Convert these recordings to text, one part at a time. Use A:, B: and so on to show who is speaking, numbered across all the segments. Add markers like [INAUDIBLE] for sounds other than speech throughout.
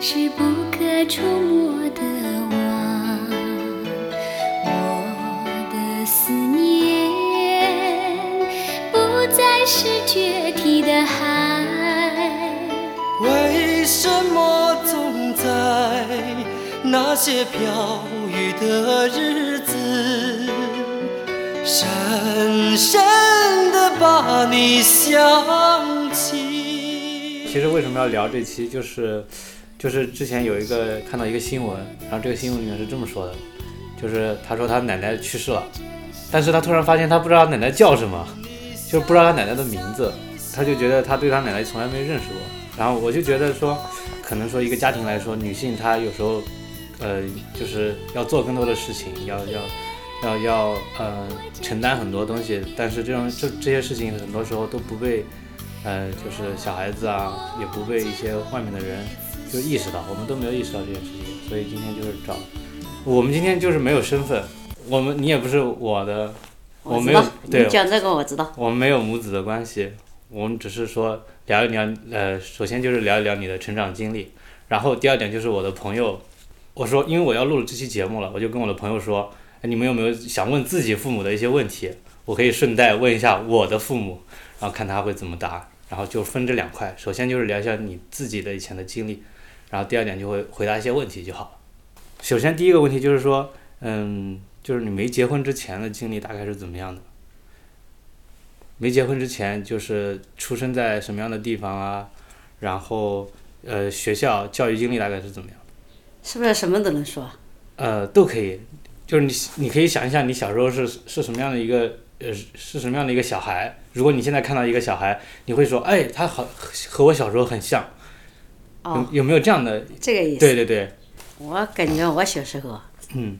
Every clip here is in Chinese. A: 是不可触摸的网，我的思念不再是决堤的海。
B: 为什么总在那些飘雨的日子，深深的把你想起？
C: 其实为什么要聊这期，就是就是之前有一个看到一个新闻，然后这个新闻里面是这么说的，就是他说他奶奶去世了，但是他突然发现他不知道他奶奶叫什么，就不知道他奶奶的名字，他就觉得他对他奶奶从来没认识过。然后我就觉得说，可能说一个家庭来说，女性她有时候，呃，就是要做更多的事情，要要要要呃承担很多东西，但是这种这这些事情很多时候都不被呃，就是小孩子啊，也不被一些外面的人就意识到，我们都没有意识到这件事情，所以今天就是找我们今天就是没有身份，我们你也不是我的，我没有
D: 知道
C: 对
D: 你讲这个我知道。
C: 我们没有母子的关系，我们只是说聊一聊，呃，首先就是聊一聊你的成长经历，然后第二点就是我的朋友，我说因为我要录了这期节目了，我就跟我的朋友说，哎你们有没有想问自己父母的一些问题？我可以顺带问一下我的父母，然后看他会怎么答，然后就分这两块，首先就是聊一下你自己的以前的经历，然后第二点就会回答一些问题就好了。首先第一个问题就是说，嗯，就是你没结婚之前的经历大概是怎么样的？没结婚之前就是出生在什么样的地方啊？然后呃，学校教育经历大概是怎么样？
D: 是不是什么都能说？
C: 呃，都可以，就是你你可以想一下你小时候是是什么样的一个呃是什么样的一个小孩？如果你现在看到一个小孩，你会说，哎，他好和我小时候很像，
D: 哦，
C: 有有没有这样的？
D: 这个意思。
C: 对对对，
D: 我感觉我小时候，
C: 嗯，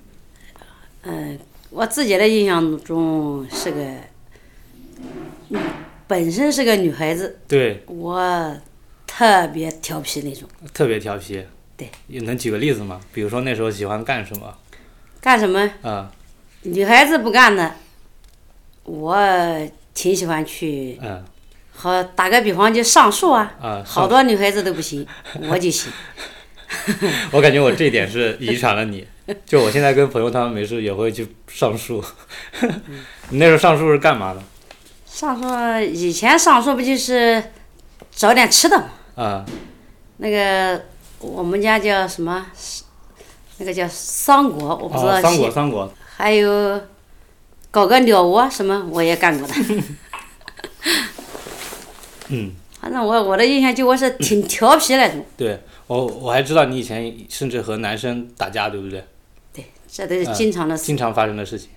D: 嗯、我自己的印象中是个，嗯本身是个女孩子，
C: 对，
D: 我特别调皮那种，
C: 特别调皮。
D: 对，
C: 能举个例子吗？比如说那时候喜欢干什么？
D: 干什么
C: 啊、
D: 女孩子不干的，我挺喜欢去。
C: 嗯啊、
D: 好，打个比方就上树啊，
C: 上
D: 好多女孩子都不行，我就行。
C: [LAUGHS] 我感觉我这一点是遗传了你，就我现在跟朋友他们没事也会去上树。
D: 嗯
C: [LAUGHS] 你那时候上树是干嘛的？
D: 上树以前上树不就是找点吃的吗？
C: 啊、
D: 那个我们家叫什么？那个叫桑果，我不知道
C: 哦，
D: 姓。
C: 桑果桑果，
D: 还有搞个鸟窝什么，我也干过的。
C: [LAUGHS] 嗯，
D: 反正我我的印象就我是挺调皮那种，
C: 对我我还知道你以前甚至和男生打架，对不对？嗯
D: 对，这都是经常的事。
C: 经常发生的事情。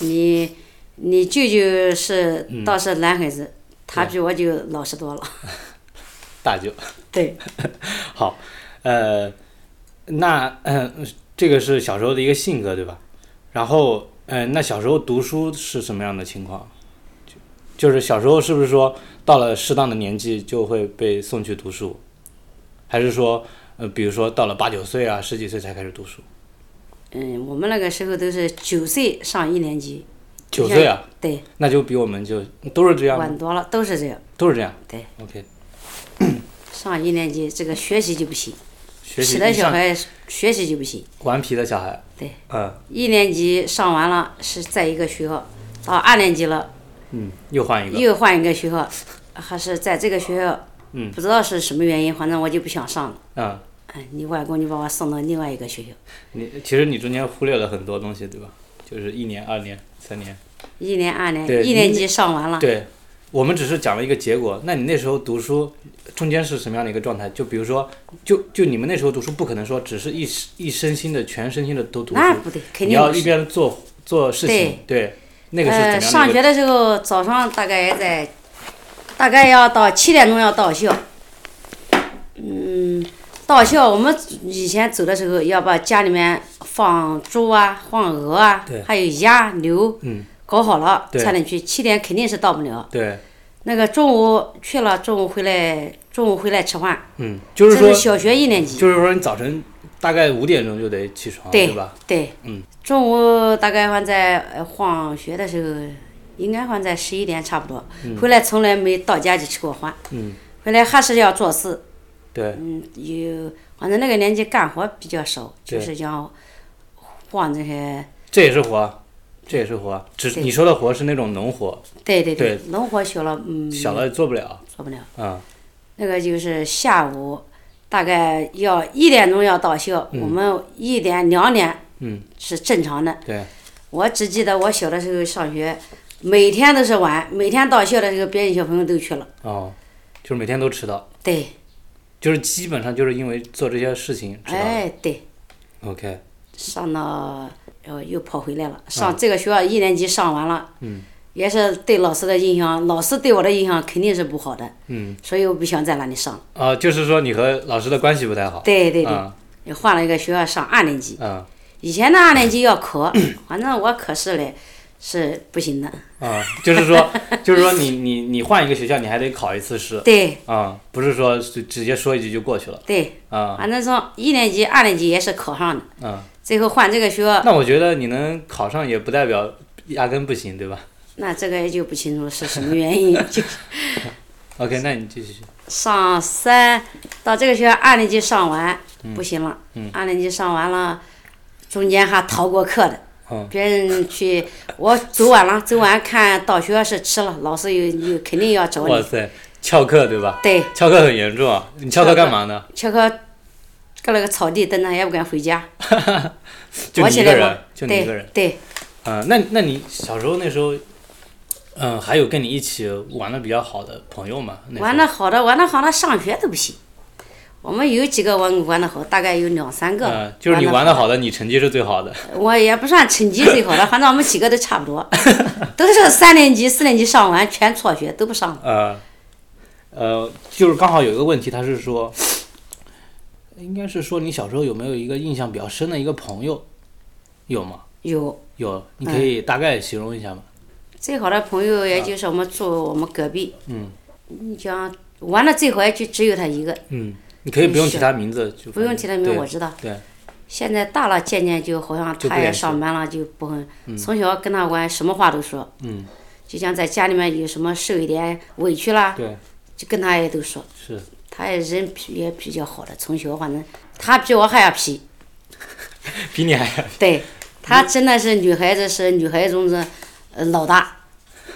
D: 你你舅舅是
C: 嗯
D: 倒是男孩子，他比我就老实多了。
C: 大舅，
D: [LAUGHS] 对，
C: 好，呃，那嗯、这个是小时候的一个性格，对吧？然后，嗯、那小时候读书是什么样的情况？就就是小时候是不是说到了适当的年纪就会被送去读书，还是说，呃，比如说到了八九岁啊、十几岁才开始读书？
D: 嗯，我们那个时候都是九岁上一年级，
C: 九岁啊，
D: 对，
C: 那就比我们就都是这样，
D: 晚多了，都是这样。
C: 都是这样。
D: 对
C: ，OK，
D: 上一年级这个学习就不行，
C: 学习
D: 起来
C: 你
D: 小
C: 像
D: 孩学习就不行。
C: 顽皮的小孩，
D: 对，
C: 嗯
D: 一年级上完了是在一个学校，到二年级了
C: 嗯，又换一个，
D: 又换一个学校，还是在这个学校，
C: 嗯
D: 不知道是什么原因，反正我就不想上了。
C: 嗯，
D: 哎，你外公就把我送到另外一个学校，
C: 你其实你中间忽略了很多东西，对吧？就是一年、二年、三年，
D: 一年二年
C: 对
D: 一年级上完了，
C: 对，我们只是讲了一个结果。那你那时候读书中间是什么样的一个状态？就比如说，就就你们那时候读书，不可能说只是一一身心的、全身心的都读书
D: 那，不对，肯
C: 你
D: 定
C: 要
D: 不
C: 一
D: 是。
C: 边做做事情，对，那个是怎
D: 呃，
C: 么样
D: 上
C: 的一个？
D: 学的时候早上大概在，大概要到七点钟要到校，嗯，到校我们以前走的时候要把家里面放猪啊、放鹅啊
C: 对，
D: 还有鸭、牛，
C: 嗯，
D: 搞好了
C: 对
D: 才能去，七点肯定是到不了。
C: 对，
D: 那个中午去了，中午回来，中午回来吃饭。
C: 嗯，就是
D: 这
C: 说，
D: 是小学一年级。
C: 就是说你早晨大概五点钟就得起床，
D: 对
C: 啊吧？
D: 对，
C: 嗯
D: 中午大概还在呃放学的时候，应该还在十一点差不多。回来从来没到家就吃过饭，
C: 嗯，
D: 回来还是要做事。
C: 对，
D: 嗯，有反正那个年纪干活比较少，
C: 对
D: 就是要晃这些，
C: 这也是活，这也是活。只
D: 对
C: 你说的活是那种农活，
D: 对对
C: 对
D: 农活小了，嗯，
C: 小了做不了
D: 做不了。
C: 啊、
D: 那个就是下午大概要一点钟要到校，我们一点两点
C: 嗯
D: 是正常的。
C: 对，
D: 我只记得我小的时候上学，每天都是晚，每天到校的时候，别人小朋友都去了。
C: 哦，就是每天都迟到，
D: 对，
C: 就是基本上就是因为做这些事情迟到的。
D: 哎，对，
C: OK，
D: 上到然后又跑回来
C: 啊
D: 了。上这个学校一年级上完了，嗯，也是对老师的印象，老师对我的印象肯定是不好的，
C: 嗯，
D: 所以我不想在那里上了。
C: 啊、就是说你和老师的关系不太好。
D: 对对对，
C: 啊
D: 又换了一个学校上二年级。
C: 啊
D: 以前的二年级
C: [COUGHS]
D: 要考，反正我考试嘞是不行的。
C: 啊！就是说，就是说你你你换一个学校，你还得考一次试
D: 对
C: 啊、不是说直直接说一句就过去了
D: 对，
C: 啊
D: 反正从一年级、二年级也是考上的，
C: 啊。
D: 最后换这个学校，
C: 那我觉得你能考上，也不代表压根不行，对吧
D: 那这个也就不清楚是什么原
C: [LAUGHS]
D: 因。就是
C: ？OK，那你继续。
D: 上三到这个学校二年级上完、不行了，
C: 嗯
D: 二年级上完了，中间还逃过课的。
C: 嗯
D: 别人去，我走晚了，走晚看到学校是迟了，老师有有肯定要找
C: 哇
D: 你。
C: 塞，翘课对吧？
D: 对，
C: 翘课很严重啊！你翘课干嘛呢？
D: 缺课，搁那个草地等着，也不敢回家。
C: 就
D: 我
C: 你一
D: 起
C: 个
D: 来
C: 人
D: 我，
C: 就你一个人
D: 对。对，
C: 嗯、那那你小时候那时候，嗯、还有跟你一起玩的比较好的朋友吗？那时候
D: 玩的好的，玩的好的，上学都不行。我们有几个玩玩的好，大概有两三个。
C: 嗯、就是你玩的
D: 得
C: 好的，你成绩是最好的。
D: 好，我也不算成绩最好的，反正我们几个都差不
C: [LAUGHS]
D: 多，都是三年级、四年级上完全辍学，都不上了。
C: 呃，呃，就是刚好有一个问题，他是说，应该是说你小时候有没有一个印象比较深的一个朋友，有吗？
D: 有
C: 有，你可
D: 嗯
C: 以大概形容一下吗？
D: 最好的朋友，也就是我们住我们隔壁。
C: 嗯。
D: 你讲玩的最好也就只有他一个，
C: 嗯，你可以不用提他名字，就
D: 不用提他名，我
C: 对
D: 知道。
C: 对，
D: 现在大了，渐渐就好像
C: 就不
D: 他也
C: 联系
D: 上班了，就不很。从小跟他玩，什么话都说。
C: 嗯，
D: 就像在家里面有什么受一点委屈啦，
C: 对，
D: 就跟他也都说。
C: 是，
D: 他也人脾也比较好的，从小反正他比我还要皮。
C: 比你还。
D: 对，他真的是女孩子，是女孩子中的呃老大，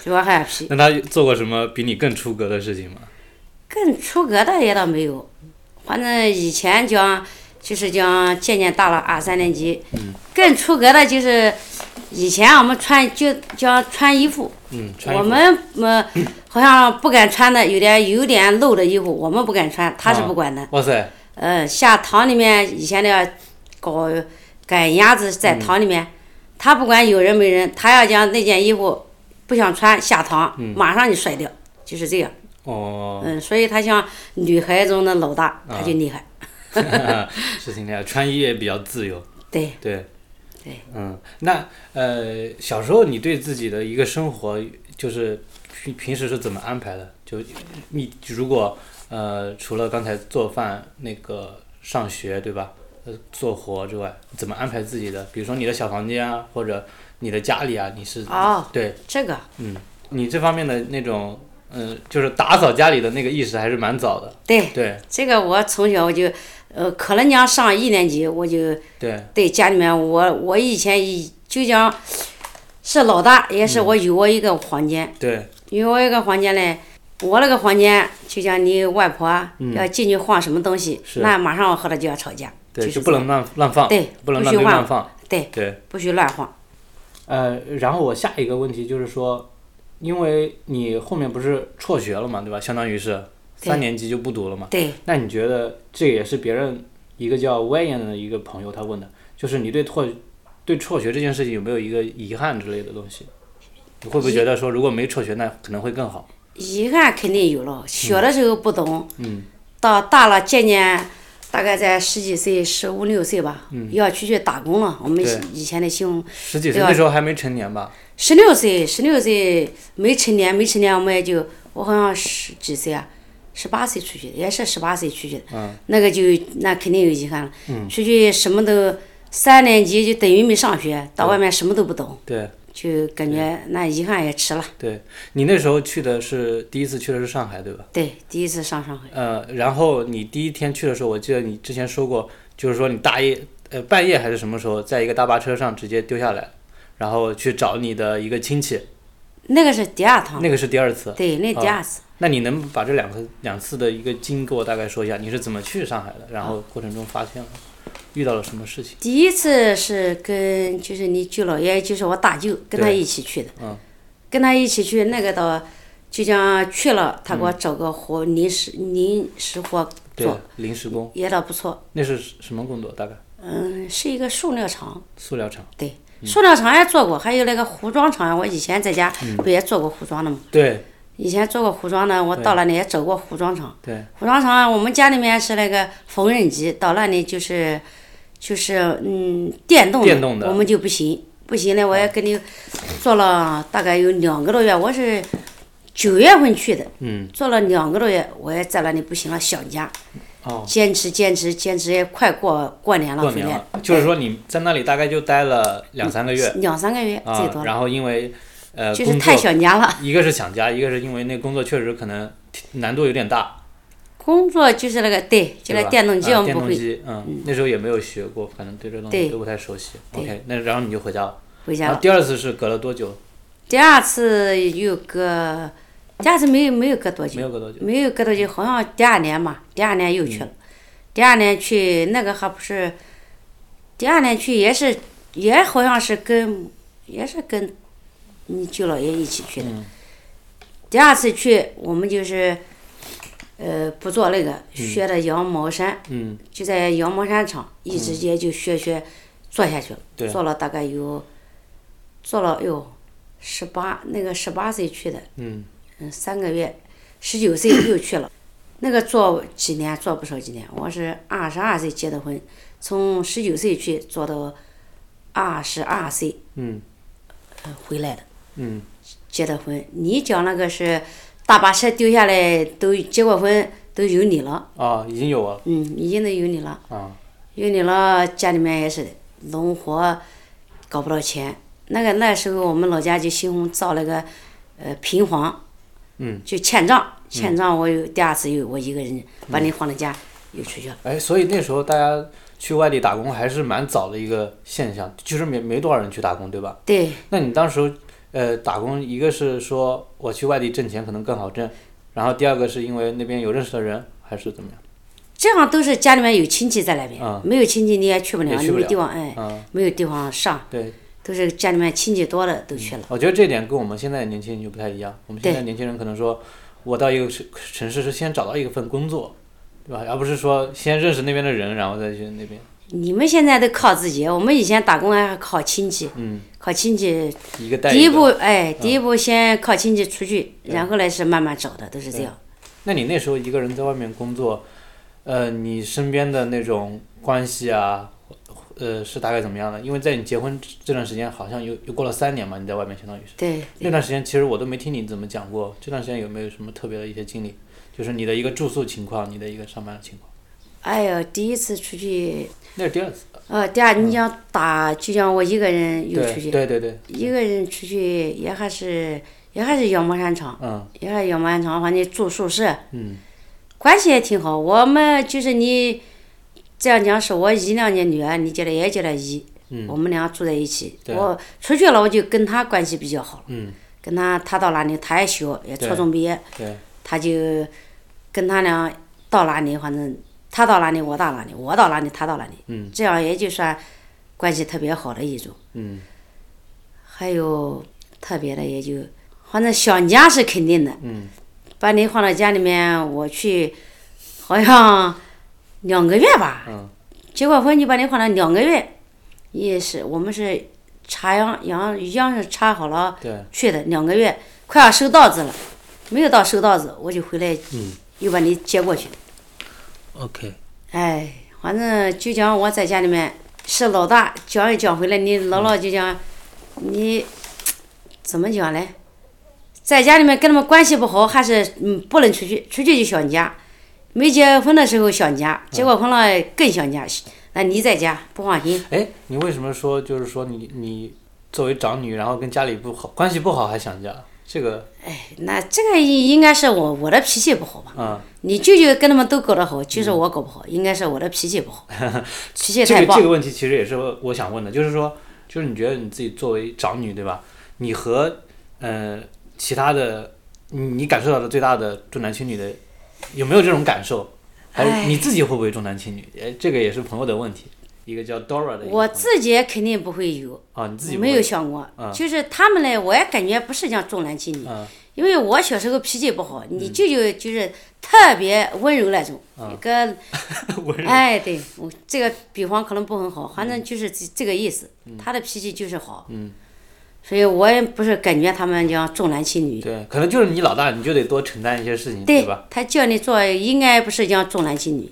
D: 比我还要皮
C: 那他做过什么比你更出格的事情吗？
D: 更出格的也倒没有，反正以前讲就是讲渐渐大了二三年级，
C: 嗯
D: 更出格的就是以前我们穿就讲穿衣服，
C: 嗯，穿衣
D: 我
C: 服
D: 们呃好像不敢穿的，有点有点露的衣服我们不敢穿，他是
C: 啊
D: 不管的。
C: 哇塞，
D: 呃，下堂里面以前的搞赶鸭子在堂里面，他不管有人没人，他要将那件衣服不想穿下堂，马上就甩掉，就是这样。 [LAUGHS]
C: 哦，
D: 嗯，所以他像女孩中的老大，他就厉害。
C: 是挺厉害，穿衣也比较自由，
D: 对，
C: 对，
D: 对，
C: 嗯，那呃，小时候你对自己的一个生活，就是平平时是怎么安排的？就你如果呃，除了刚才做饭那个上学对吧？呃，做活之外，怎么安排自己的？比如说你的小房间啊，或者你的家里啊，你是、
D: 哦
C: 对
D: 这个
C: 你这方面的那种，呃，就是打扫家里的那个意识还是蛮早的。
D: 对
C: 对
D: 这个我从小我就，呃，可能讲上一年级我就
C: 对，
D: 对家里面我我以前以就讲是老大，也是我有我一个房间，
C: 对，
D: 因为我有一个房间嘞。我那个房间就像你外婆要进去晃什么东西，
C: 嗯是
D: 那马上我和她就要吵架，
C: 对，
D: 就是
C: 就不能乱乱放，
D: 对
C: 不能
D: 不
C: 乱
D: 许
C: 丢
D: 乱
C: 乱放，
D: 对，
C: 对。
D: 不许乱晃。
C: 呃，然后我下一个问题就是说，因为你后面不是辍学了嘛，对吧？相当于是
D: 对
C: 三年级就不读了嘛。
D: 对，
C: 那你觉得这也是别人一个叫 Wayan 的一个朋友他问的，就是你对辍对辍学这件事情有没有一个遗憾之类的东西？你会不会觉得说，如果没辍学，那可能会更好？
D: 遗憾肯定有了，小的时候不懂，
C: 嗯，
D: 到大了渐渐，大概在十几岁、十五六岁吧，要出去打工了。我们
C: 嗯对
D: 以前的兄
C: 十几岁
D: 对啊
C: 那时候还没成年吧？
D: 十六岁，十六岁没成年，没成年我们也就我好像十几岁啊，十八岁出去的，也是十八岁出去的。
C: 嗯
D: 那个就那肯定有遗憾了。出去什么都三年级就等于没上学，到外面什么都不懂，
C: 对，
D: 就感觉那遗憾也迟了。
C: 对你那时候去的是第一次去的是上海，对吧？
D: 对，第一次上上海，
C: 呃，然后你第一天去的时候，我记得你之前说过，就是说你大夜呃半夜还是什么时候，在一个大巴车上直接丢下来，然后去找你的一个亲戚，
D: 啊那个是第二趟，
C: 那个是第二次。
D: 对，那第二次。
C: 那你能把这两个两次的一个经过大概说一下？你是怎么去上海的？然后过程中发现了遇到了什么事情？
D: 第一次是跟就是你舅姥爷，就是我大舅，跟他
C: 对
D: 一起去的。
C: 嗯
D: 跟他一起去那个到，就讲去了，他给我找个活临时临时活
C: 嗯对
D: 做，，
C: 临时工，
D: 也倒不错。
C: 那是什么工作？大概
D: 嗯，是一个塑料厂，
C: 塑料厂。
D: 对，塑料厂也做过，还有那个服装厂，我以前在家
C: 嗯
D: 不也做过服装的吗？
C: 对
D: 以前做过服装的，我到那里也找过服装厂。
C: 对，
D: 服装厂，我们家里面是那个缝纫机，到那里就是就是嗯电动
C: 电动的啊
D: 我们就不行，不行了，我也跟你做了大概有两个多月，我是九月份去的，
C: 嗯
D: 做了两个多月，我也在那里不行了，想家，
C: 哦，
D: 坚持坚持坚持，也快过过年了，
C: 过
D: 回
C: 年
D: 来
C: 了，就是说你在那里大概就待了两三个月
D: 两三个月最
C: 啊
D: 多，了，
C: 然后因为呃
D: 就是
C: 工
D: 太
C: 作，
D: 想家了。
C: 一个是想家，一个是因为那工作确实可能难度有点大，
D: 工作就是那个对，就
C: 对
D: 那
C: 吧
D: 电动机
C: 啊
D: 我们
C: 电
D: 不
C: 动
D: 会、
C: 机，嗯，那时候也没有学过，反正对这东西
D: 对
C: 都不太熟悉。
D: 对
C: OK，那然后你就回家了。
D: 回家
C: 然后
D: 了。
C: 第二次是隔了多久？
D: 第二次又隔，第二次没有没有隔多久
C: 没，有隔多久。
D: 没有隔多久，好像第二年嘛，第二年又去了，第二年去那个还不是，第二年去也是也好像是跟也是跟你舅姥爷一起去的，
C: 嗯
D: 第二次去我们就是，呃，不做那个学的羊毛衫，
C: 嗯，
D: 就在羊毛衫厂一直也就学学做下去了，
C: 对
D: 做了大概有，做了哎呦，十八那个十八岁去的，
C: 嗯，
D: 嗯，三个月，十九岁又去了，那个做几年，做不少几年。我是二十二岁结的婚，从十九岁去做到二十二岁，
C: 嗯
D: 呃，回来的
C: 嗯，
D: 结的婚。你讲那个是大巴车丢下来都结过婚，都有你了，
C: 啊，已经有了
D: 嗯，已经都有你了，
C: 啊，
D: 有你了，家里面也是的，农活搞不到钱。那个那时候我们老家就新红造那个呃平房，
C: 嗯，
D: 就欠账，欠账我有第二次又我一个人把你放在家又出去了，
C: 哎，所以那时候大家去外地打工还是蛮早的一个现象，其实没没多少人去打工，对吧？
D: 对
C: 那你当时候呃打工，一个是说我去外地挣钱可能更好挣，然后第二个是因为那边有认识的人，还是怎么样？
D: 这样都是家里面有亲戚在那边，
C: 啊
D: 没有亲戚你也去不
C: 也
D: 了，
C: 去
D: 你
C: 不
D: 没
C: 了
D: 地方哎，
C: 嗯，
D: 没有地方上，
C: 对，
D: 都是家里面亲戚多的都去了，
C: 我觉得这点跟我们现在的年轻人就不太一样。我们现在
D: 对
C: 年轻人可能说，我到一个城城市是先找到一份工作，对吧？而不是说先认识那边的人，然后再去那边。
D: 你们现在都靠自己，我们以前打工还靠亲戚，
C: 嗯，
D: 靠亲戚，
C: 一个带
D: 第一
C: 个嗯
D: 步哎，第一步先靠亲戚出去，然后来是慢慢找的，都是这
C: 对
D: 样。
C: 那你那时候一个人在外面工作，呃，你身边的那种关系啊，呃，是大概怎么样的？因为在你结婚这段时间，好像又又过了三年嘛，你在外面相当于是。
D: 对，
C: 那段时间其实我都没听你怎么讲过，这段时间有没有什么特别的一些经历？就是你的一个住宿情况，你的一个上班的情况。
D: 哎呦，第一次出去，
C: 那是第二次，
D: 呃，第二你想打，就像我一个人又出
C: 嗯对
D: 去，
C: 对对对，
D: 一个人出去也还是也还是羊毛衫厂，
C: 嗯
D: 也还是羊毛衫厂，反正住宿舍，
C: 嗯
D: 关系也挺好。我们就是你这样讲，是我姨娘家女儿，你叫她也叫她姨，我
C: 嗯
D: 们俩住在一起。
C: 对
D: 我出去了，我就跟她关系比较好了，
C: 嗯，
D: 跟她她到哪里，她也小，也
C: 对
D: 初中毕业，
C: 对，
D: 她就跟她俩到哪里，反正她到哪里我到哪里，我到哪里她到哪里，
C: 嗯
D: 这样也就算关系特别好的一种。
C: 嗯
D: 还有特别的也就，反正想家是肯定的。
C: 嗯
D: 把你放到家里面，我去，好像两个月吧，
C: 嗯
D: 结过婚就把你放到两个月，也是我们是插秧秧秧是插好了
C: 对，
D: 去的，两个月快要收稻子了，没有到收稻子我就回来
C: 嗯
D: 又把你接过去。
C: ，OK，
D: 哎，反正就讲我在家里面是老大，讲也讲回来，你姥姥就讲你怎么讲嘞？在家里面跟他们关系不好，还是嗯不能出去，出去就想家。没结婚的时候想家，结过婚了更想家。那你在家不放心，
C: 哎，你为什么说就是说你你作为长女，然后跟家里不好关系不好还想家，这个
D: 那这个应该是我我的脾气不好吧？
C: 嗯，
D: 你舅舅跟他们都搞得好，就是我搞不好，应该是我的脾气不好， [LAUGHS] 脾气
C: 这
D: 太
C: 个
D: 暴
C: 嗯这。个问题其实也是我想问的，就是说，就是你觉得你自己作为长女，对吧？你和呃其他的你你感受到的最大的重男轻女的，有没有这种感受？还
D: 哎
C: 是你自己会不会重男轻女？哎，这个也是朋友的问题。一个叫 Dora 的一个朋友，
D: 我自己肯定不会有，
C: 啊，你自己
D: 我
C: 不
D: 没
C: 会
D: 有想过，
C: 嗯
D: 就是他们呢，我也感觉不是讲重男轻女，
C: 嗯
D: 因为我小时候脾气不好，你舅舅就是特别温柔那种，一个
C: 啊 [LAUGHS] 温柔嗯
D: 哎，对我这个比方可能不很好，反正就是这这个意思，他的脾气就是好，
C: 嗯
D: 所以我也不是感觉他们讲重男轻女，
C: 对，可能就是你老大，你就得多承担一些事情，对吧嗯
D: 他叫你做应该不是讲重男轻女，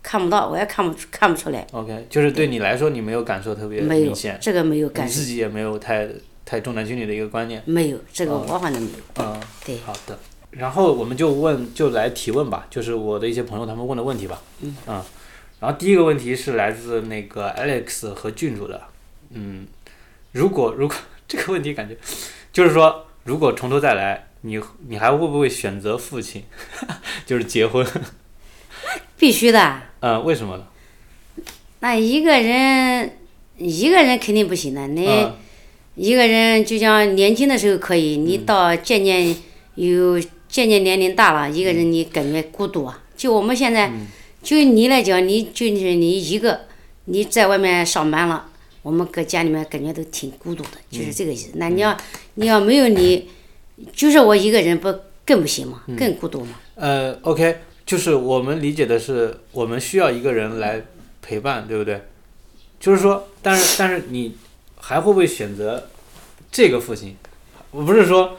D: 看不到，我也看不出看不出来，
C: ？OK，就是对你来说，你没有感受特别
D: 没有
C: 明显，
D: 这个没有
C: 你
D: 感受
C: 自，己也没有太太重男轻女的一个观念，
D: 没有这个
C: 哦
D: 我反正没有，
C: 嗯，
D: 对。
C: 好的。然后我们就问，就来提问吧，就是我的一些朋友他们问的问题吧，嗯，然后第一个问题是来自那个 Alex 和郡主的，嗯，如果如果 [LAUGHS] 这个问题感觉就是说，如果从头再来，你你还会不会选择父亲， [LAUGHS] 就是结婚？
D: 必须的。
C: 嗯，为什么呢？
D: 那一个人，一个人肯定不行的。你、
C: 嗯
D: 一个人就像年轻的时候可以，你到渐渐有渐渐年龄大
C: 嗯
D: 了，一个人你感觉孤独啊。就我们现在，就你来讲，你就是你一个，你在外面上班了，我们搁家里面感觉都挺孤独的，
C: 嗯
D: 就是这个意思。那你要你要没有你，就是我一个人不更不行嘛，
C: 嗯
D: 更孤独嘛。
C: 呃，OK，就是我们理解的是，我们需要一个人来陪伴，对不对？就是说，但是但是你还会不会选择这个父亲？我不是说，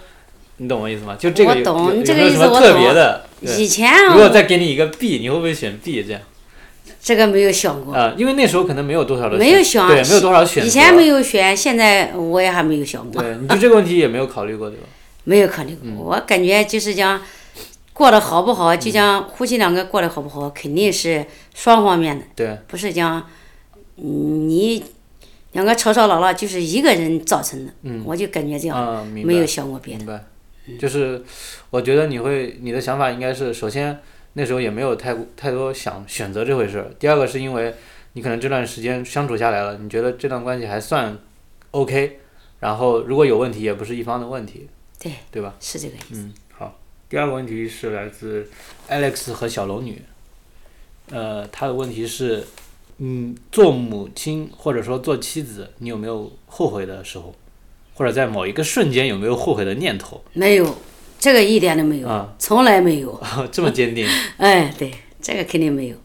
C: 你懂我意思吗？就这个
D: 我
C: 有
D: 懂
C: 有
D: 你
C: 有
D: 这
C: 没
D: 个
C: 有
D: 意
C: 什
D: 思
C: 么
D: 我
C: 特
D: 懂
C: 别的？对
D: 以前
C: 如果
D: 啊，
C: 再给你一个 B，你会不会选 B 这样？
D: 这个没有想过。
C: 啊、因为那时候可能没有多少的
D: 没有选啊
C: 对，没有多少选择。
D: 以前没有选，现在我也还没有想过，
C: 对，你对这个问题也没有考虑过，对吧？
D: 没有考虑
C: 嗯
D: 过。我感觉就是讲过得好不好，就讲夫妻两个过得好不好，肯定是双方面的，
C: 对，
D: 不是讲嗯你两个吵吵闹闹就是一个人造成的。我就感觉这样，
C: 嗯，明白。
D: 没有想过别的。
C: 明白，
D: 嗯
C: 就是我觉得你会你的想法应该是，首先那时候也没有太太多想选择这回事儿，第二个是因为你可能这段时间相处下来了，你觉得这段关系还算 OK，然后如果有问题也不是一方的问题，
D: 对，
C: 对吧？
D: 是这个意思。
C: 嗯，好。第二个问题是来自 Alex 和小龙女，呃，他的问题是，嗯，做母亲或者说做妻子，你有没有后悔的时候，或者在某一个瞬间有没有后悔的念头？
D: 没有，这个一点都没有，
C: 啊
D: 从来没有。
C: 这么坚定？ [LAUGHS]
D: 哎，对，这个肯定没有。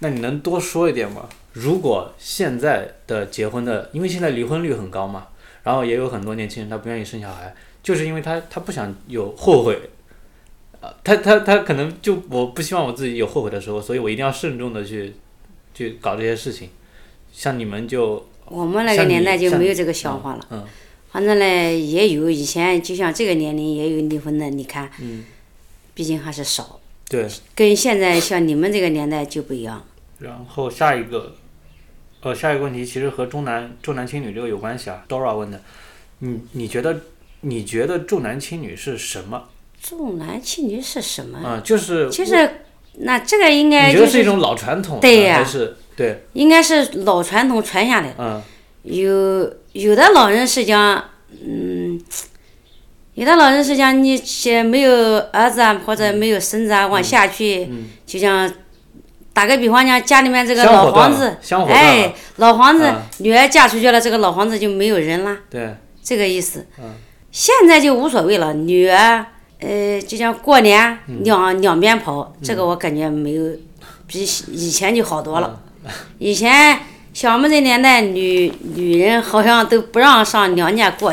C: 那你能多说一点吗？如果现在的结婚的，因为现在离婚率很高嘛，然后也有很多年轻人他不愿意生小孩，就是因为他他不想有后悔，啊，他他他可能就我不希望我自己有后悔的时候，所以我一定要慎重的去去搞这些事情。像你们就
D: 我们那个
C: 像
D: 年
C: 你
D: 代就
C: 像
D: 没有
C: 你
D: 这个想法了。
C: 嗯
D: 反正嘞，也有以前，就像这个年龄也有离婚的，你看，
C: 嗯
D: 毕竟还是少，
C: 对，
D: 跟现在像你们这个年代就不一样。
C: 然后下一个，呃，下一个问题其实和重男重男轻女这个有关系啊。Dora 问的，你你觉得你觉得重男轻女是什么？
D: 重男轻女是什么？
C: 啊、就是
D: 其实，那这个应
C: 你
D: 该
C: 觉
D: 就
C: 得是一种老传统呢，啊
D: 对呀
C: 还是对，
D: 应该是老传统传下来的。
C: 嗯
D: 有有的老人是讲，嗯，有的老人是讲你这没有儿子啊，或者没有孙子啊，往下
C: 嗯
D: 去，就像打个比方讲，家里面这个
C: 香火
D: 老
C: 断
D: 房子
C: 了香，火断
D: 哎
C: 了，
D: 老房子
C: 嗯
D: 女儿嫁出去了，这个老房子就没有人了，
C: 对，
D: 这个意思。现在就无所谓了，女儿，呃，就像过年两两边跑，这个我感觉没有比以前就好多了。以前像我们这年代，女女人好像都不让上娘家过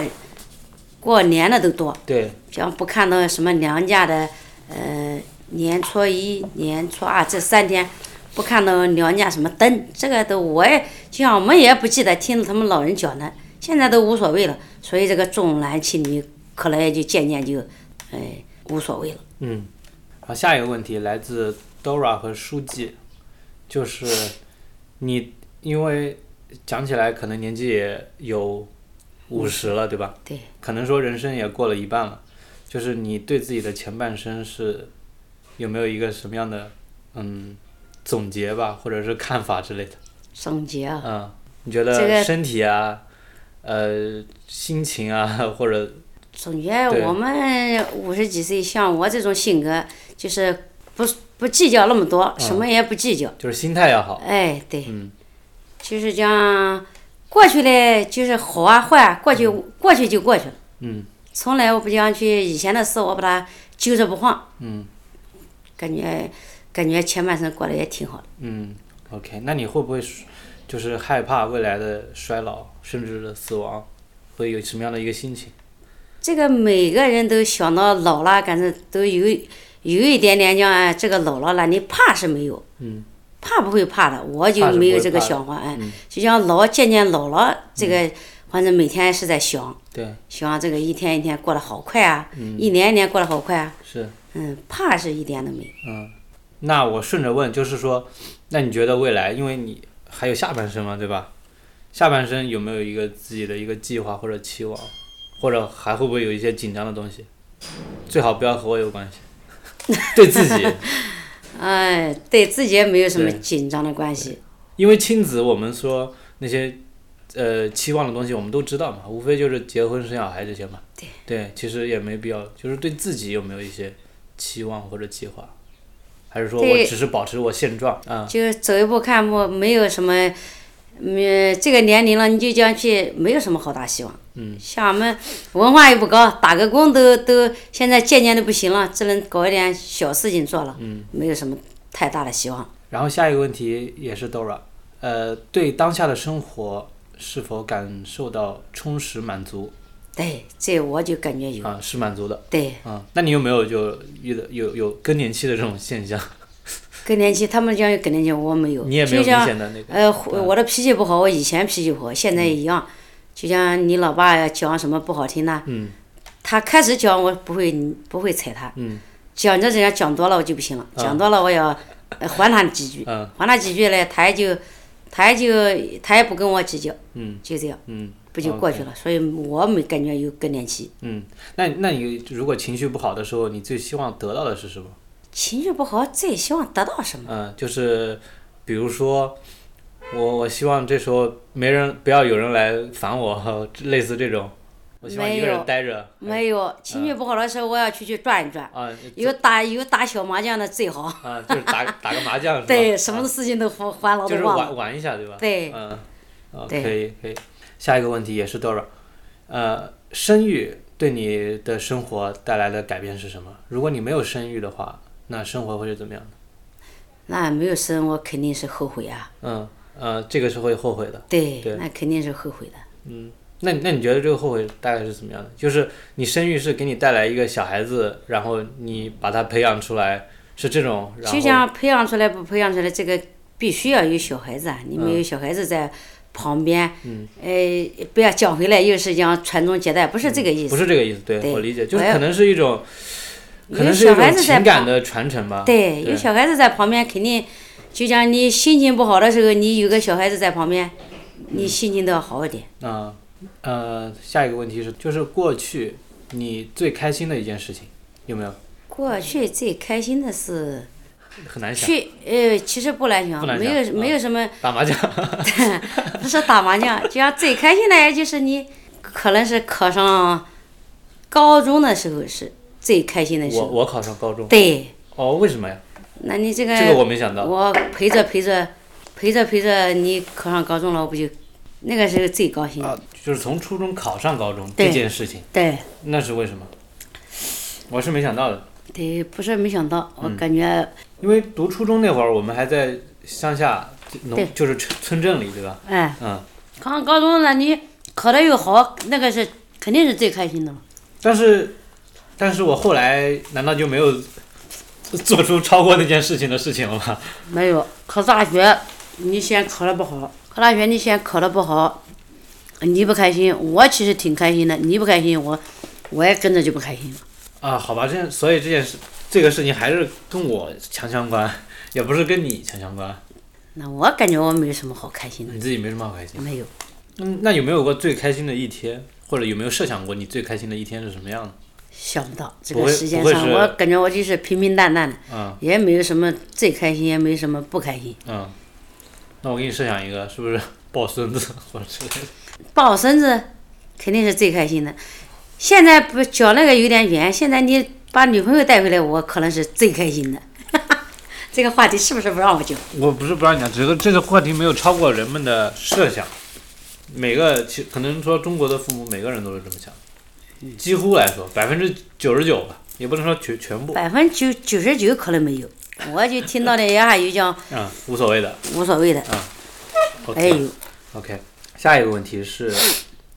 D: 过年的都多，
C: 对，
D: 像不看到什么娘家的，呃，年初一、年初二这三天，不看到娘家什么灯，这个都我也就像我们也不记得听着他们老人讲的，现在都无所谓了，所以这个重男轻女可能也就渐渐就，哎、无所谓了。
C: 嗯。然后下一个问题来自 Dora 和书记，就是你因为讲起来可能年纪也有五十了，对吧？
D: 对，
C: 可能说人生也过了一半了，就是你对自己的前半生是有没有一个什么样的嗯总结吧，或者是看法之类的？
D: 总结啊，
C: 嗯，你觉
D: 这
C: 得
D: 个
C: 身体啊，呃，心情啊， [LAUGHS] 或者
D: 总结
C: 对
D: 哎我们五十几岁，像我这种性格，就是不不计较那么多，什么也不计较。
C: 就是心态要好，
D: 哎，对，
C: 嗯
D: 就是讲过去嘞，就是好啊坏啊，过去、过去就过去了，
C: 嗯
D: 从来我不想去以前的事，我把它揪着不放，
C: 嗯
D: 感觉感觉前半生过得也挺好的。
C: 嗯，OK，那你会不会就是害怕未来的衰老，甚至是死亡，会有什么样的一个心情？
D: 这个每个人都想到老了，感觉都有有一点点讲，哎，这个老了了，你怕是没有，
C: 嗯
D: 怕不会怕的，我就
C: 怕是
D: 没有
C: 不会
D: 这个
C: 怕的
D: 想法，哎，
C: 嗯
D: 就像老渐渐老了，这个、反正每天是在想
C: 对，
D: 想这个一天一天过得好快啊，
C: 嗯
D: 一年一年过得好快啊，
C: 是。
D: 嗯，怕是一点都没有，
C: 那我顺着问，就是说，那你觉得未来，因为你还有下半生嘛，对吧？下半生有没有一个自己的一个计划或者期望，或者还会不会有一些紧张的东西？最好不要和我有关系， [LAUGHS] 对自己，
D: 哎，对自己也没有什么
C: 对
D: 紧张的关系，
C: 因为亲子，我们说那些呃期望的东西，我们都知道嘛，无非就是结婚生小孩这些嘛。对，其实也没必要，就是对自己有没有一些期望或者计划，还是说我
D: 对
C: 只是保持我现状啊？
D: 就是走一步看一步，没有什么，嗯，这个年龄了，你就这样去，没有什么好大希望。
C: 嗯，
D: 像我们文化也不高，打个工都都现在渐渐都不行了，只能搞一点小事情做了，
C: 嗯，
D: 没有什么太大的希望。
C: 然后下一个问题也是 Dora，呃，对当下的生活是否感受到充实满足
D: 对，这我就感觉有，
C: 啊？是满足的
D: 对，
C: 啊？那你有没有就遇到有有更年期的这种现象？
D: 更年期他们讲有更年期，我没有，
C: 你也没有明
D: 就像
C: 显的那个
D: 呃，我的脾气不好，我以前脾气不好，现
C: 嗯
D: 在一样。就像你老爸讲什么不好听的，
C: 嗯
D: 他开始讲我不会不会踩他，
C: 嗯
D: 讲着人家讲多了我就不行了，
C: 啊
D: 讲多了我要呃还他几句，
C: 嗯
D: 还他几句嘞，他也就他也就他也不跟我计较，
C: 嗯
D: 就这样
C: 嗯
D: 不就过去了。所以我没感觉有更年期，
C: 嗯。那那你如果情绪不好的时候，你最希望得到的是什么？
D: 情绪不好，最希望得到什么？
C: 嗯，就是比如说，我我希望这时候没人不要有人来烦我，类似这种，我希望一个
D: 没
C: 人
D: 有
C: 待着。
D: 没有，情绪不好的时候我要出去转一转，
C: 哎啊
D: 有打有打小麻将的最好，
C: 啊，就是打打个麻
D: [LAUGHS]
C: 将是吧？
D: 对，什
C: 啊
D: 么事情都还还老
C: 就
D: 都
C: 是
D: 忘了。
C: 玩玩一下，对吧？
D: 对
C: 嗯，啊，可
D: 对
C: 以可以。下一个问题也是 Dora，呃，生育对你的生活带来的改变是什么？如果你没有生育的话，那生活会是怎么样的？
D: 那没有生我肯定是后悔啊，
C: 嗯呃，这个是会后悔的。
D: 对，
C: 对
D: 那肯定是后悔的。
C: 那那你觉得这个后悔大概是怎么样的？就是你生育是给你带来一个小孩子，然后你把他培养出来，是这种，然
D: 就
C: 后
D: 像培养出来不培养出来，这个必须要有小孩子啊！你
C: 嗯
D: 没有小孩子在旁边，呃，不要讲回来又是讲传宗接代，不是这个意
C: 嗯不
D: 思。
C: 是这个意思，对
D: 对
C: 我理解，就是
D: 我要
C: 可能是一种，可能
D: 有
C: 是一
D: 小孩
C: 种
D: 子在
C: 情感
D: 旁，
C: 的传承吧。
D: 对，
C: 对
D: 有小孩子在旁边，肯定就讲你心情不好的时候，你有个小孩子在旁边，你心情都要好一点。
C: 啊、呃，下一个问题是，就是过去你最开心的一件事情有没有？
D: 过去最开心的是
C: 很难想，
D: 去，呃，其实不难
C: 不嗯
D: 想，
C: 难
D: 没
C: 想
D: 有没有什么。
C: 打
D: [LAUGHS]
C: 麻将，
D: 不是打麻将，就像最开心的，也就是你 [LAUGHS] 可能是考上高中的时候是最开心的时
C: 我
D: 候。
C: 我考上高中，
D: 对，
C: 哦，为什么呀？
D: 那你这个
C: 这个我没想到，
D: 我陪着陪着陪着陪着你考上高中了，我不就那个时候最高兴？
C: 啊，就是从初中考上高中
D: 对
C: 这件事情，
D: 对
C: 那是为什么？我是没想到的，
D: 对，不是没想到，
C: 嗯
D: 我感觉
C: 因为读初中那会儿我们还在乡下
D: 对
C: 农，就是村村镇里，对吧？
D: 哎，
C: 嗯，
D: 考上高中了，你考的又好，那个是肯定是最开心的了。
C: 但是，但是我后来难道就没有做出超过那件事情的事情了吗？
D: 没有考大学，你先考的不好，考大学你先考的不好，你不开心，我其实挺开心的，你不开心，我我也跟着就不开心了。
C: 啊，好吧，这所以这件事，这个事情还是跟我强相关，也不是跟你强相关，
D: 那我感觉我没什么好开心的，
C: 你自己没什么好开心。
D: 没有，
C: 嗯，那有没有过最开心的一天，或者有没有设想过你最开心的一天是什么样的？
D: 想不到这
C: 不
D: 个
C: 会
D: 时间
C: 不会
D: 上，
C: 是
D: 我感觉我就是平平淡淡的，
C: 嗯
D: 也没有什么最开心，也没有什么不开心。
C: 嗯，那我给你设想一个，是不是抱孙子或者之类的？
D: 抱孙子肯定是最开心的。现在不脚那个有点远，现在你把女朋友带回来，我可能是最开心的。 [LAUGHS] 这个话题是不是不让我讲？
C: 我不是不让你讲，只是这个话题没有超过人们的设想。每个其可能说中国的父母每个人都是这么想的，几乎来说百分之九十九吧，也不能说全全部，
D: 百分之九九十九可能没有。我就听到的也还有讲
C: 嗯，无所谓的。
D: 无所谓的，
C: OK
D: 哎呦，
C: OK，下一个问题是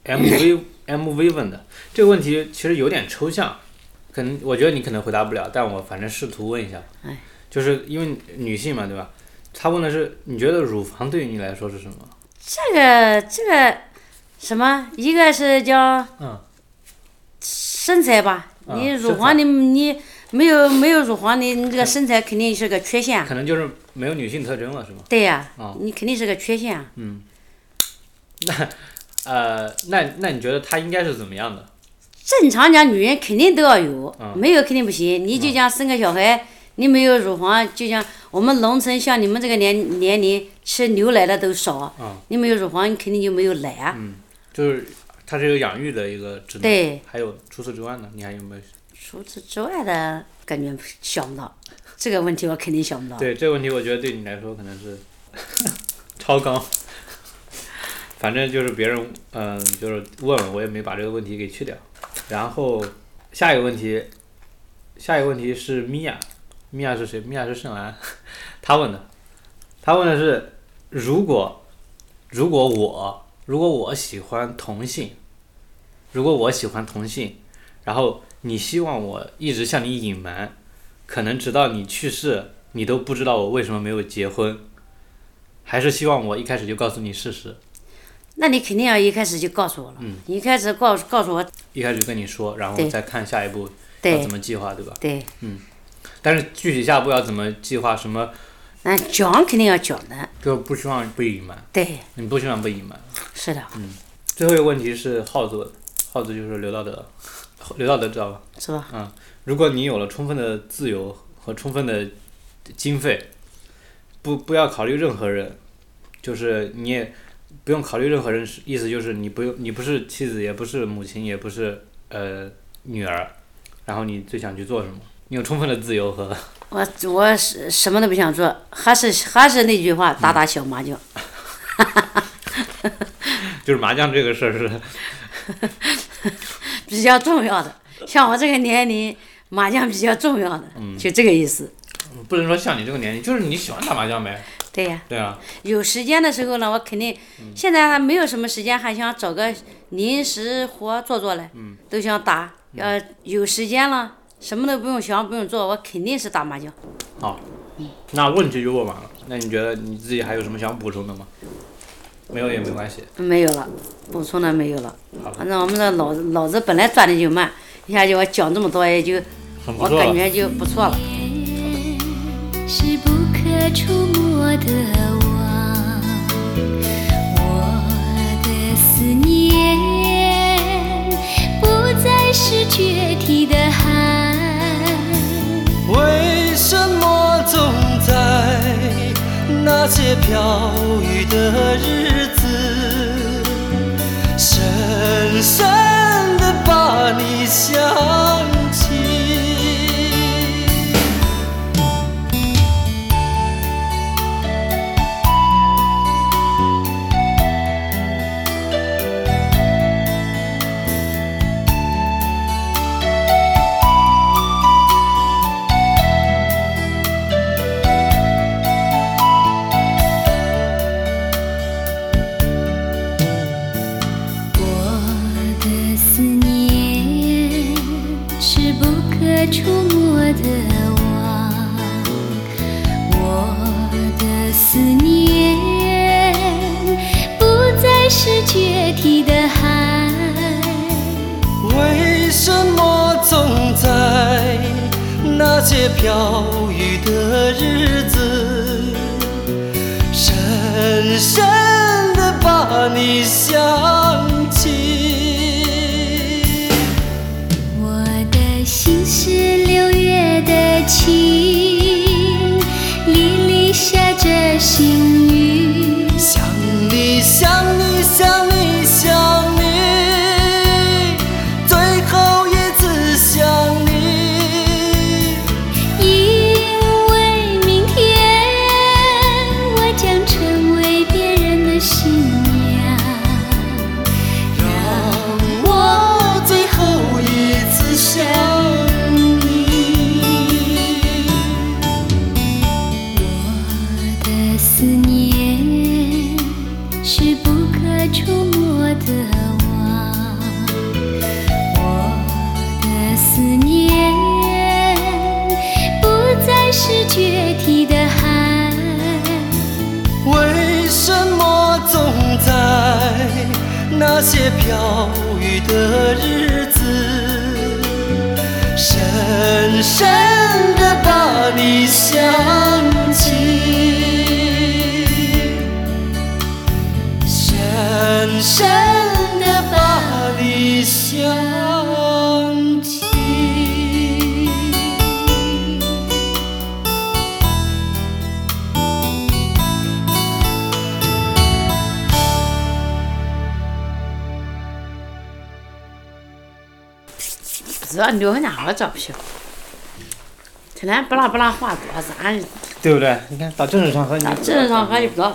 C: MV MV 问的这个问题其实有点抽象，可能我觉得你可能回答不了，但我反正试图问一下
D: 哎，
C: 就是因为女性嘛，对吧？她问的是你觉得乳房对于你来说是什么？
D: 这个这个什么，一个是叫
C: 嗯
D: 身材吧，
C: 啊
D: 你
C: 身
D: 乳
C: 材
D: 房你你没有没有乳房，你你这个身材肯定是个缺陷啊。
C: 可能就是没有女性特征了，是吗？
D: 对呀、
C: 啊
D: 你肯定是个缺陷啊。
C: 呃，那那你觉得她应该是怎么样的？
D: 正常讲，女人肯定都要有，
C: 嗯
D: 没有肯定不行。你就讲生个小孩，你没有乳房，就像我们农村像你们这个年年龄吃牛奶的都少，
C: 嗯
D: 你没有乳房，你肯定就没有奶啊。
C: 就是她是有养育的一个职能，
D: 对，
C: 还有除此之外呢，你还有没有？
D: 除此之外的，感觉想不到这个问题，我肯定想不到。
C: 对这个问题，我觉得对你来说可能是 [LAUGHS] 超纲。反正就是别人，嗯、就是问了，我也没把这个问题给去掉。然后下一个问题，下一个问题是米娅，米娅是谁？米娅是盛安，她问的，她问的是，如果如果我如果我喜欢同性，如果我喜欢同性，然后你希望我一直向你隐瞒，可能直到你去世，你都不知道我为什么没有结婚，还是希望我一开始就告诉你事实，
D: 那你肯定要一开始就告诉我了，
C: 嗯
D: 你一开始告诉告诉我，
C: 一开始就跟你说，然后
D: 对
C: 再看下一步要
D: 对
C: 怎么计划，对吧？
D: 对，
C: 但是具体下一步要怎么计划，什么
D: 那讲肯定要讲的，
C: 就不希望被隐瞒，
D: 对，
C: 你不希望被隐瞒。
D: 是的，
C: 嗯最后一个问题是耗子问的，耗子就是刘道德，刘道德知道吧？
D: 是吧？
C: 如果你有了充分的自由和充分的经费，不不要考虑任何人，就是你也不用考虑任何人，是意思就是你不用你不是妻子，也不是母亲，也不是呃女儿，然后你最想去做什么？你有充分的自由和 [LAUGHS]
D: 我我什什么都不想做，还是还是那句话，打打小麻将。
C: 就是麻将这个事儿是
D: 比较重要的。像我这个年龄，麻将比较重要的，
C: 嗯
D: 就这个意思。
C: 不能说像你这个年龄，就是你喜欢打麻将呗，
D: 对呀、
C: 对啊，
D: 有时间的时候呢，我肯定现在还没有什么时间，还想找个临时活做做嘞，
C: 嗯
D: 都想打。要有时间了，什么都不用想，不用做，我肯定是打麻将。
C: 好，那问题就问完了，那你觉得你自己还有什么想补充的吗？没有也没关系，
D: 没有了，补充的没有了
C: 好。
D: 反正我们这脑子脑子本来转的就慢，一下就我讲这么多，也就
C: 很不
D: 我
C: 错啊
D: 感
C: 了。
D: 觉就不错了。
A: 是不可触摸的网，我的思念不再是决堤的海，
B: 为什么总在那些飘雨的日子，深深的把你想起？
A: 我的思念是不可触摸的网，我的思念不再是决堤的海。
B: 为什么总在那些飘雨的日子，深深的把你想起？些飘雨的日子，深深的把你想起，深深的把你想起。
D: 主要留那好照片。天天不拉不拉话多，咱
C: 对不对？你看，到政治场合你
D: 咱政治上合也不多，